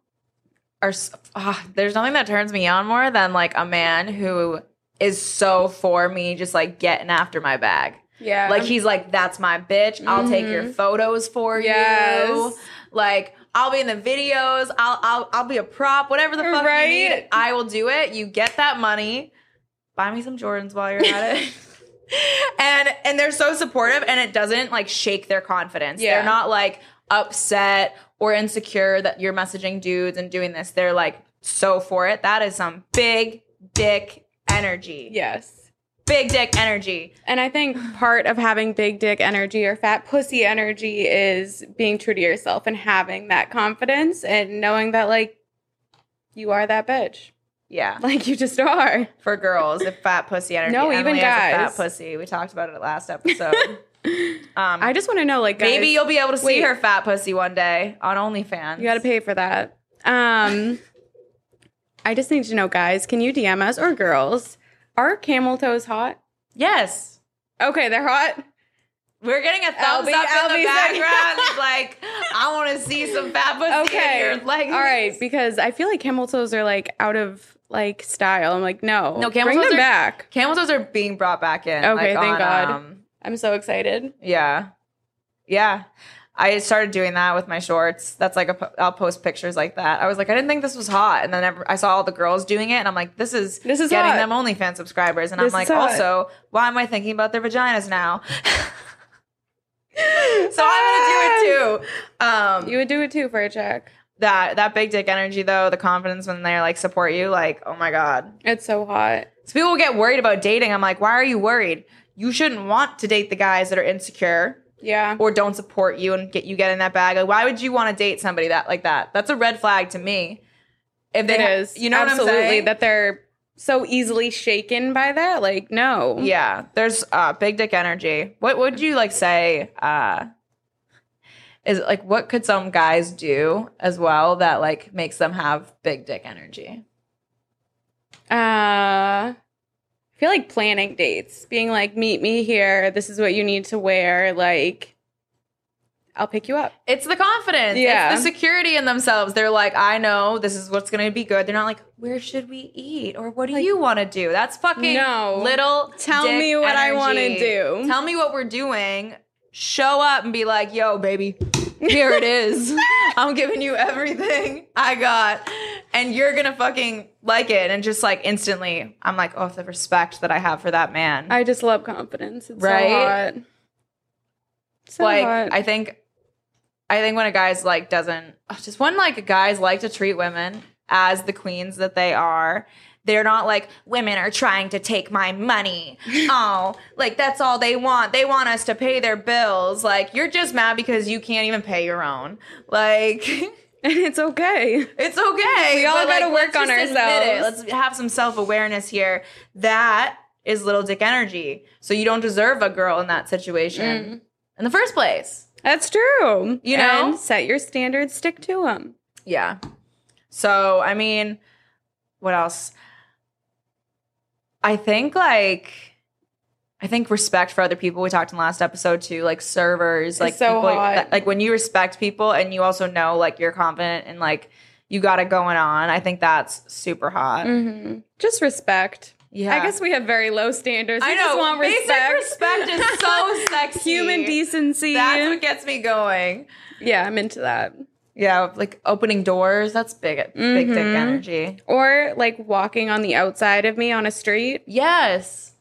S3: are s- ah, there's nothing that turns me on more than like a man who is so for me just like getting after my bag.
S2: yeah. Mm-hmm.
S3: Like he's like, that's my bitch. I'll take your photos for you.
S2: Yes.
S3: Like I'll be in the videos. I'll I'll I'll be a prop. Whatever the fuck
S2: Right?
S3: you need, I will do it. You get that money. Buy me some Jordans while you're at
S2: [LAUGHS]
S3: it. and and they're so supportive, and it doesn't like shake their confidence.
S2: Yeah.
S3: They're not like upset or insecure that you're messaging dudes and doing this. They're like so for it. That is some big dick energy.
S2: Yes.
S3: Big dick energy.
S2: And I think part of having big dick energy or fat pussy energy is being true to yourself and having that confidence and knowing that, like, you are that bitch. [LAUGHS]
S3: Yeah.
S2: Like, you just are.
S3: for girls, the fat pussy energy.
S2: No,
S3: Emily
S2: even
S3: has a
S2: guys.
S3: fat pussy. We talked about it last
S2: [LAUGHS]
S3: episode. um,
S2: I just want to know, like, guys,
S3: maybe you'll be able to see
S2: wait.
S3: her fat pussy one day on OnlyFans.
S2: you got to pay for that. Um, [LAUGHS] I just need to know, guys, can you DM us or girls? Are camel toes hot?
S3: Yes,
S2: Okay, they're hot.
S3: we're getting a thumbs
S2: LB
S3: up in
S2: LB
S3: the
S2: saying-
S3: background.
S2: [LAUGHS]
S3: It's like, I want to see some fat pussy
S2: Okay.
S3: in your leggings.
S2: All right, because I feel like camel toes are like out of like style. I'm like, no,
S3: No, camel
S2: bring
S3: toes
S2: them
S3: are-
S2: back.
S3: camel toes are being brought back in.
S2: Okay,
S3: like,
S2: thank
S3: on,
S2: God.
S3: um,
S2: I'm so excited.
S3: Yeah. Yeah. I started doing that with my shorts. That's like a po- I'll post pictures like that. I was like, I didn't think this was hot, and then ev- I saw all the girls doing it, and I'm like, this is
S2: This is
S3: getting
S2: hot.
S3: them OnlyFans subscribers, and
S2: This
S3: I'm like,
S2: is hot.
S3: also, why am I thinking about their vaginas now? [LAUGHS] so I'm gonna do it too. Um,
S2: You would do it too for a check.
S3: that that big dick energy though, the confidence when they're like support you, like, oh my god,
S2: It's so hot.
S3: so people get worried about dating. I'm like, why are you worried? You shouldn't want to date the guys that are insecure
S2: Yeah.
S3: or don't support you and get you get in that bag. Like, why would you want to date somebody that like that? That's a red flag to me. If they
S2: It
S3: ha-
S2: is.
S3: you know
S2: absolutely
S3: what I'm saying?
S2: that they're so easily shaken by that. Like, no.
S3: yeah, there's uh, big dick energy. What would you like say? Uh, is like what could some guys do as well that like makes them have big dick energy?
S2: Uh, I feel like planning dates, being like, meet me here. This is what you need to wear. Like, I'll pick you up.
S3: It's the confidence.
S2: Yeah.
S3: It's the security in themselves. They're like, I know this is what's going to be good. They're not like, where should we eat or what do you want to do? That's fucking
S2: No.
S3: little.
S2: Tell
S3: dick
S2: me what I wanna
S3: energy.
S2: do.
S3: Tell me what we're doing. Show up and be like, yo, baby, here it
S2: [LAUGHS]
S3: is. I'm giving you everything I got. And you're going to fucking like it. And just like instantly, I'm like, oh, the respect that I have for that man.
S2: I just love confidence. It's
S3: Right?
S2: so hot. So
S3: like
S2: hot.
S3: I think I think when a guy's like doesn't ugh, just when like guys like to treat women as the queens that they are, they're not like women are trying to take my
S2: [LAUGHS]
S3: money. oh, like that's all they want. They want us to pay their bills. Like you're just mad because you can't even pay your own. Like [LAUGHS]
S2: and [LAUGHS] it's okay.
S3: it's okay.
S2: We all
S3: but,
S2: gotta work
S3: let's
S2: on
S3: just admit
S2: ourselves.
S3: it. Let's have some self awareness here. That is little dick energy. So you don't deserve a girl in that
S2: Mm.
S3: situation in the first place.
S2: That's true.
S3: You know?
S2: And set your standards, stick to them.
S3: Yeah. So, I mean, what else? I think like I think respect for other people. We talked in the last episode too, like servers, like
S2: so
S3: people,
S2: hot.
S3: that- like when you respect people and you also know like you're confident and like you got it going on. I think that's super hot.
S2: hmm Just respect.
S3: Mm-hmm. Yeah,
S2: I guess we have very low standards. We
S3: I
S2: just
S3: know.
S2: want
S3: Basic
S2: respect.
S3: respect is
S2: [LAUGHS]
S3: so sexy.
S2: Human decency.
S3: That's what gets me going.
S2: yeah, I'm into that.
S3: Yeah, like opening doors. That's big, big dick
S2: Mhm.
S3: energy.
S2: Or like walking on the outside of me on a street.
S3: Yes.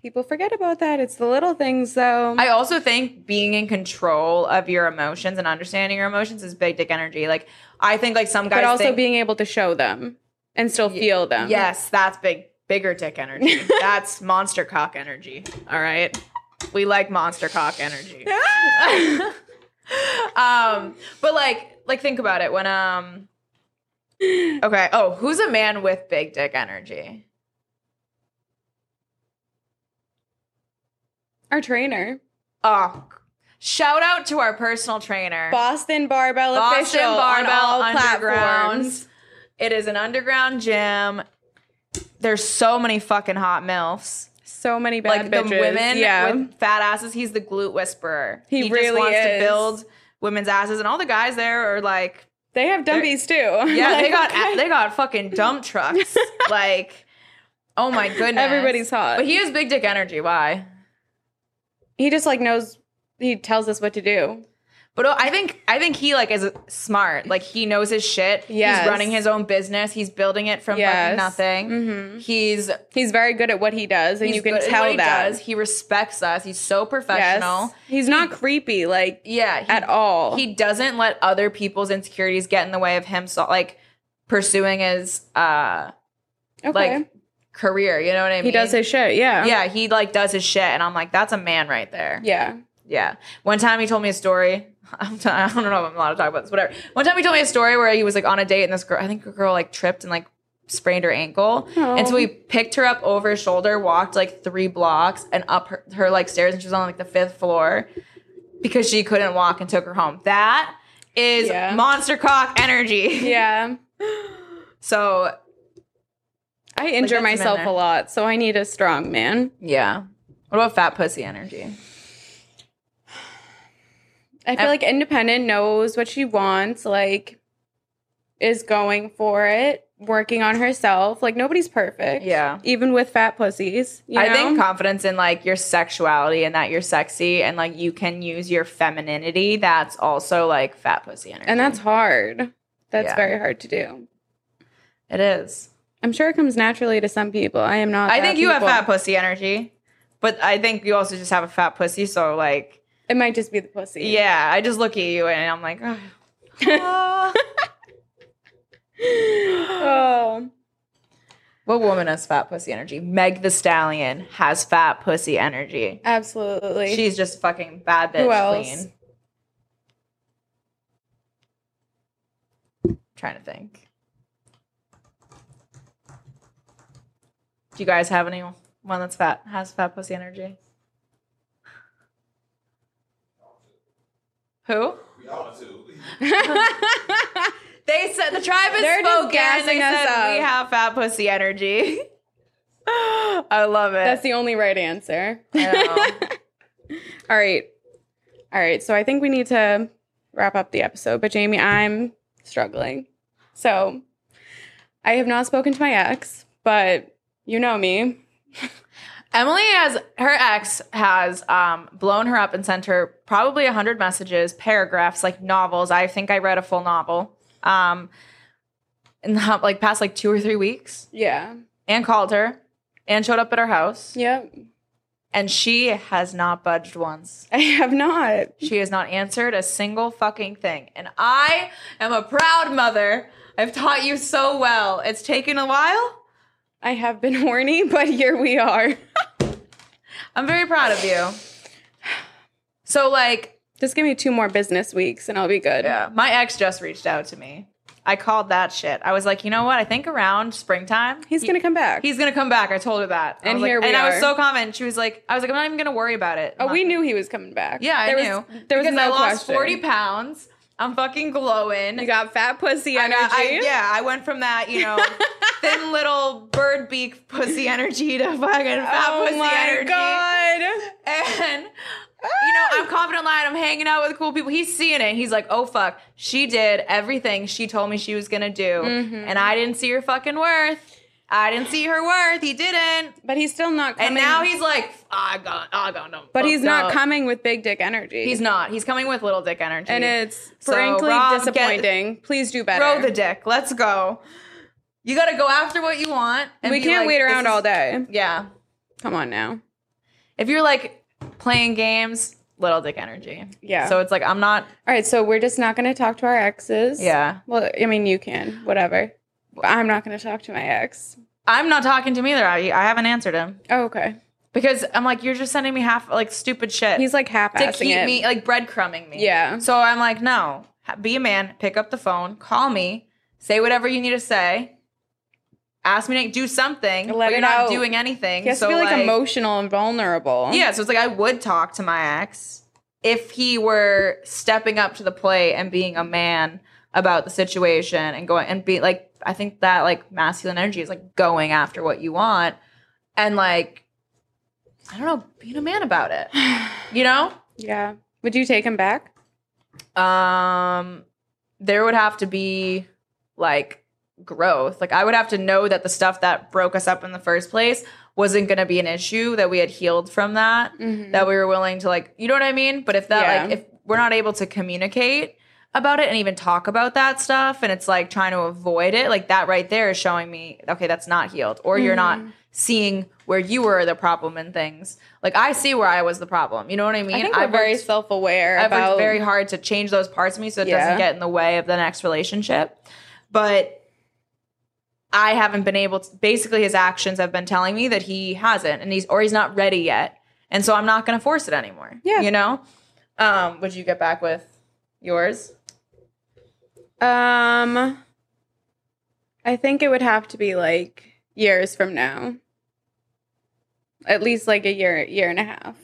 S2: People forget about that. It's the little things though.
S3: I also think being in control of your emotions and understanding your emotions is big dick energy. Like I think like some guys
S2: but also
S3: think,
S2: being able to show them and still feel them.
S3: yes, that's big bigger dick energy.
S2: [LAUGHS]
S3: that's monster cock energy. All right. We like monster cock
S2: [LAUGHS]
S3: energy. um but like like think about it when um okay, oh, who's a man with big dick energy?
S2: Our trainer.
S3: Oh, shout out to our personal trainer.
S2: Boston Barbell
S3: Boston
S2: Official
S3: Barbell
S2: on all
S3: Underground.
S2: platforms.
S3: It is an underground gym. There's so many fucking hot milfs.
S2: So many
S3: like
S2: bad bitches.
S3: the women
S2: yeah.
S3: with fat asses. He's the glute whisperer.
S2: He really
S3: just wants
S2: is.
S3: to build women's asses, and all the guys there are like,
S2: they have
S3: [LAUGHS]
S2: dummies too.
S3: yeah, they
S2: [LAUGHS] Like,
S3: got
S2: okay.
S3: they got fucking dump
S2: [LAUGHS]
S3: trucks. like, oh my goodness,
S2: Everybody's hot.
S3: But he has big dick energy. Why?
S2: he just like knows he tells us what to do.
S3: But uh, I think I think he like is smart. Like he knows his shit.
S2: Yes.
S3: He's running his own business. He's building it from
S2: Yes.
S3: fucking nothing.
S2: Mhm.
S3: He's
S2: He's very good at what he does, and
S3: He's
S2: you can
S3: good at
S2: tell
S3: what he
S2: that.
S3: does. He respects us. He's so professional.
S2: Yes. He's not creepy like
S3: Yeah, he,
S2: at all.
S3: He doesn't let other people's insecurities get in the way of him so, like pursuing his uh
S2: okay.
S3: like career, you know what I mean?
S2: he does his shit, yeah.
S3: Yeah, he like does his shit and I'm like that's a man right there.
S2: Yeah.
S3: Yeah. One time he told me a story. [LAUGHS] I'm t- I don't know if I'm allowed to talk about this, whatever. One time he told me a story where he was like on a date and this girl, I think a girl like tripped and like sprained her ankle. And so he picked her up over his shoulder, walked like three blocks and up her, her like stairs and she was on like the fifth floor because she couldn't walk and took her home. That is
S2: Yeah.
S3: monster cock energy.
S2: Yeah.
S3: So
S2: I injure
S3: that's men
S2: myself
S3: there.
S2: a lot, so I need a strong man.
S3: yeah. What about fat pussy energy?
S2: I feel
S3: Ev-
S2: like independent knows what she wants, like is going for it, working on herself. Like nobody's perfect.
S3: Yeah.
S2: Even with fat pussies. you
S3: I
S2: know?
S3: think confidence in like your sexuality and that you're sexy and like you can use your femininity. That's also like fat pussy energy.
S2: and that's hard. That's
S3: Yeah.
S2: very hard to do.
S3: it is.
S2: I'm sure it comes naturally to some people. I am not.
S3: I
S2: that
S3: think you have
S2: people.
S3: fat pussy energy, but I think you also just have a fat pussy. So like,
S2: It might just be the pussy.
S3: yeah, I just look at you and I'm like,
S2: [LAUGHS]
S3: "Ah."
S2: [GASPS] Oh.
S3: what woman has fat pussy energy? Meg the Stallion has fat pussy energy.
S2: Absolutely.
S3: She's just fucking bad bitch.
S2: Who else?
S3: Clean. trying to think. Do you guys have anyone that's fat has fat pussy energy?
S2: [LAUGHS]
S3: Who? They said the tribe is
S2: They're just
S3: spoken. they
S2: gassing us
S3: said we
S2: up.
S3: have fat pussy energy. [LAUGHS] I love it.
S2: That's the only right answer.
S3: I know.
S2: All right. All right. So I think we need to wrap up the episode. But Jamie, I'm struggling. So I have not spoken to my ex, but you know me.
S3: Emily has her ex has um, blown her up and sent her probably a hundred messages, paragraphs, like novels. I think I read a full novel, um, in the, like past like two or three weeks,
S2: Yeah.
S3: and called her, and showed up at her house,
S2: Yep.
S3: and she has not budged once.
S2: I have not.
S3: She has not answered a single fucking thing. And I am a proud mother. I've taught you so well. It's taken a while.
S2: I have been horny, [LAUGHS] but here we are.
S3: I'm very proud of you. [SIGHS] So, like,
S2: Just give me two more business weeks and I'll be good.
S3: yeah, my ex just reached out to me. I called that shit. I was like, you know what? I think around springtime,
S2: He's going to come back.
S3: he's gonna come back. I told her that. I
S2: And
S3: was like-
S2: here we
S3: And I
S2: are.
S3: was so confident. She was like, I was like, I'm not even gonna worry about it.
S2: oh, we knew he was coming back.
S3: Yeah, I
S2: there
S3: knew.
S2: Was, there was
S3: because
S2: no
S3: I lost
S2: question.
S3: 40 pounds. I'm fucking glowing.
S2: You got fat pussy
S3: I
S2: energy.
S3: got- I- yeah, I went from that, you
S2: [LAUGHS]
S3: know, thin little bird beak pussy energy to fucking fat
S2: Oh
S3: pussy
S2: my
S3: energy.
S2: god.
S3: And you know, I'm confident lying. I'm hanging out with cool people. He's seeing it. He's like, oh fuck, she did everything she told me she was gonna do,
S2: Mm-hmm.
S3: and I didn't see her fucking worth. I didn't see her worth. He didn't.
S2: But he's still not coming.
S3: And now he's like, I got, I got no.
S2: But he's
S3: fucked
S2: not
S3: up."
S2: coming with big dick energy.
S3: He's not. He's coming with little dick energy.
S2: and it's
S3: So,
S2: frankly
S3: Rob, get-
S2: disappointing. Please do better.
S3: Throw the dick. Let's go. You got to go after what you want. and
S2: we
S3: be
S2: can't
S3: like,
S2: wait
S3: this
S2: around
S3: is-
S2: all day.
S3: Yeah.
S2: Come on now.
S3: If you're like playing games, little dick energy.
S2: Yeah.
S3: So it's like I'm not.
S2: All right, so we're just not going to talk to our exes.
S3: Yeah.
S2: Well, I mean, you can, whatever. But I'm not going to talk to my ex.
S3: I'm not talking to him either. I, I haven't answered him
S2: Oh, okay.
S3: because I'm like you're just sending me half like stupid shit
S2: He's like half
S3: to
S2: assing
S3: keep
S2: it.
S3: me like breadcrumbing me.
S2: Yeah.
S3: So I'm like no, Ha- be a man. Pick up the phone. Call me. Say whatever you need to say. Ask me to do something.
S2: Let
S3: but
S2: it
S3: you're not
S2: out.
S3: doing anything.
S2: he has
S3: so
S2: to be like,
S3: like
S2: emotional and vulnerable.
S3: Yeah, so it's like I would talk to my ex if he were stepping up to the plate and being a man about the situation and going and be like I think that like masculine energy is like going after what you want and like I don't know, being a man about it. You know?
S2: Yeah. Would you take him back?
S3: Um there would have to be like growth. Like I would have to know that the stuff that broke us up in the first place wasn't going to be an issue that we had healed from that
S2: Mm-hmm.
S3: that we were willing to like you know what i mean but if that like
S2: Yeah.
S3: if we're not able to communicate about it and even talk about that stuff and it's like trying to avoid it like that right there is showing me okay that's not healed or you're not
S2: Mm-hmm.
S3: seeing where you were the problem in things like i see where i was the problem you know what i mean
S2: I think we're very
S3: worked-
S2: self aware
S3: I've
S2: about
S3: worked very hard to change those parts of me so it
S2: Yeah.
S3: doesn't get in the way of the next relationship. But I haven't been able to basically his actions have been telling me that he hasn't and he's or he's not ready yet. And so I'm not gonna force it anymore.
S2: Yeah.
S3: You know? Um, would you get back with yours?
S2: Um, I think it would have to be like years from now. At least like a year, year and a half,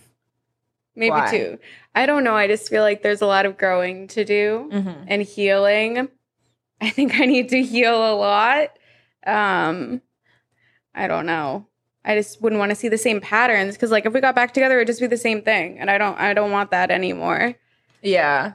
S2: maybe
S3: Why?
S2: two. I don't know. I just feel like there's a lot of growing to do
S3: Mm-hmm.
S2: and healing. I think I need to heal a lot. Um, I don't know. I just wouldn't want to see the same patterns because, like, if we got back together, it'd just be the same thing, and I don't, I don't want that anymore.
S3: Yeah.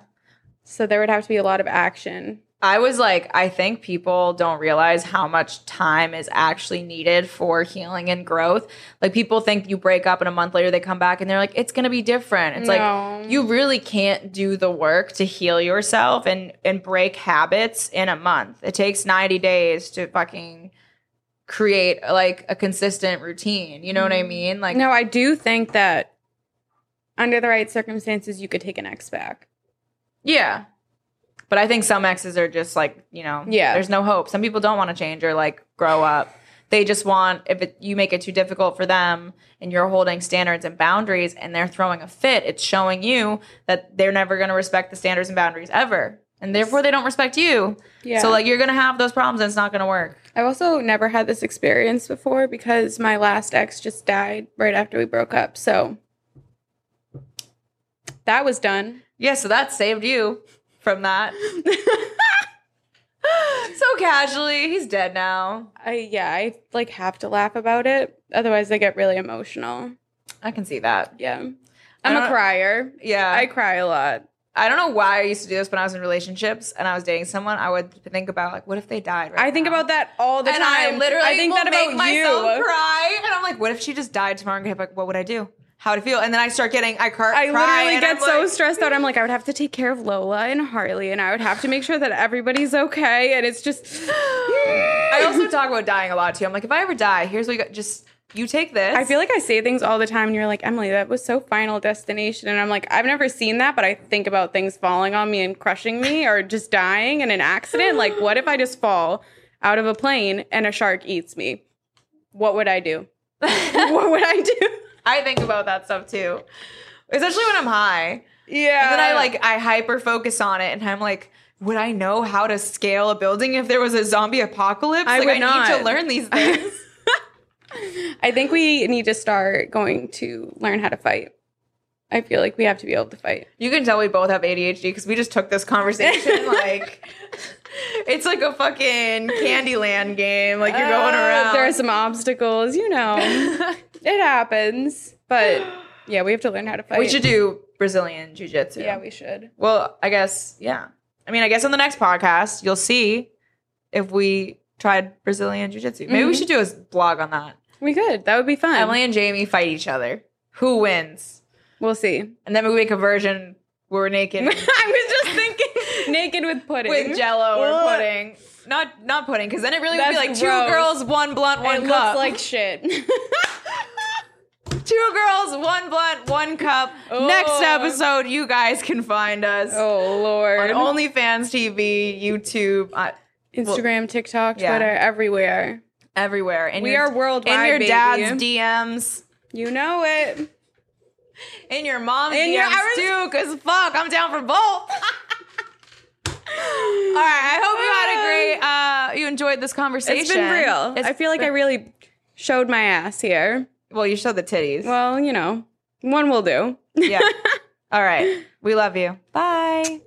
S2: So there would have to be a lot of action.
S3: I was like, I think people don't realize how much time is actually needed for healing and growth. Like people think you break up and a month later they come back and they're like, it's gonna be different. It's like
S2: No.
S3: you really can't do the work to heal yourself and and break habits in a month. It takes 90 days to fucking create like a consistent routine. You know what I mean? Like
S2: Mm. no, I do think that under the right circumstances, you could take an ex back.
S3: yeah. But I think some exes are just like, you know,
S2: Yeah.
S3: there's no hope. Some people don't want to change or like grow up. They just want if it, you make it too difficult for them and you're holding standards and boundaries and they're throwing a fit, it's showing you that they're never going to respect the standards and boundaries ever. and therefore they don't respect you.
S2: Yeah.
S3: So like you're gonna have those problems and it's not gonna work.
S2: I've also never had this experience before because my last ex just died right after we broke up. So that was done.
S3: Yeah, so that saved you from
S2: [LAUGHS]
S3: that. so casually, he's dead now.
S2: I yeah, I like have to laugh about it. Otherwise I get really emotional.
S3: I can see that.
S2: Yeah.
S3: I
S2: I'm a
S3: don't-
S2: crier.
S3: Yeah.
S2: I cry a lot.
S3: I don't know why I used to do this when I was in relationships and I was dating someone. I would think about like, what if they died? Right
S2: I think
S3: now?
S2: about that all the
S3: and
S2: time.
S3: I literally
S2: I think
S3: will
S2: that about
S3: make myself
S2: you.
S3: cry, and I'm like, what if she just died tomorrow? And I'm like, what would I do? How would I feel? And then I start getting, I cry.
S2: I
S3: cry,
S2: literally
S3: and
S2: get
S3: I'm
S2: so
S3: like-
S2: stressed out. I'm like, I would have to take care of Lola and Harley, and I would have to make sure that everybody's okay. And it's
S3: [GASPS]
S2: just, [SIGHS]
S3: [LAUGHS] I also talk about dying a lot too. I'm like, if I ever die, here's what you got. Just you take this.
S2: I feel like I say things all the time, and you're like, Emily, that was so Final Destination. And I'm like, I've never seen that, but I think about things falling on me and crushing me or just dying in an accident. Like, what if I just fall out of a plane and a shark eats me? What would
S3: [LAUGHS]
S2: I do? what would I do?
S3: I think about that stuff too, especially when I'm high. And
S2: Yeah.
S3: then I like I hyper focus on it, and I'm like, would I know how to scale a building if there was a zombie apocalypse?
S2: I
S3: like
S2: would
S3: I need
S2: not.
S3: to learn these things.
S2: [LAUGHS] I think we need to start going to learn how to fight. I feel like we have to be able to fight.
S3: you can tell we both have ADHD because we just took this
S2: [LAUGHS]
S3: conversation like it's like a fucking Candyland game. Like you're going
S2: Uh,
S3: around.
S2: There are some obstacles,
S3: [LAUGHS]
S2: you know. it happens,
S3: [GASPS]
S2: but yeah, we have to learn how to fight.
S3: we should do Brazilian jiu jitsu.
S2: Yeah, we should.
S3: Well, I guess, yeah. I mean, I guess on the next podcast, you'll see if we tried Brazilian Jiu Jitsu. Maybe we
S2: Mhm.
S3: should do a blog on that.
S2: We could. That would be fun.
S3: Emily and Jamie fight each other. Who wins?
S2: We'll see. [LAUGHS]
S3: And then we make a version where we're naked
S2: I was just thinking [LAUGHS] naked with pudding.
S3: with jello or
S2: Ugh.
S3: pudding. Not not pudding, because then it really would be
S2: That's
S3: like
S2: gross.
S3: two girls, one blunt, one
S2: It
S3: cup.
S2: looks
S3: [LAUGHS]
S2: like shit.
S3: two girls, one blunt, one cup.
S2: Oh.
S3: Next episode, you guys can find us
S2: oh lord.
S3: on OnlyFans TV, YouTube, uh,
S2: Instagram, TikTok,
S3: Yeah.
S2: Twitter, everywhere.
S3: everywhere. And
S2: We
S3: your-
S2: are worldwide.
S3: in your
S2: baby.
S3: dad's DMs,
S2: You know it.
S3: in your mom's
S2: In
S3: DMs
S2: your- I
S3: too, because fuck, I'm down for both. [LAUGHS] All right,
S2: [LAUGHS]
S3: I hope you had a great, uh, you enjoyed this conversation.
S2: It's been real.
S3: It's
S2: I feel like I
S3: been-
S2: really showed my ass here.
S3: well, you showed the titties.
S2: Well, you know, one will do. [LAUGHS]
S3: yeah. All right, we love you. Bye.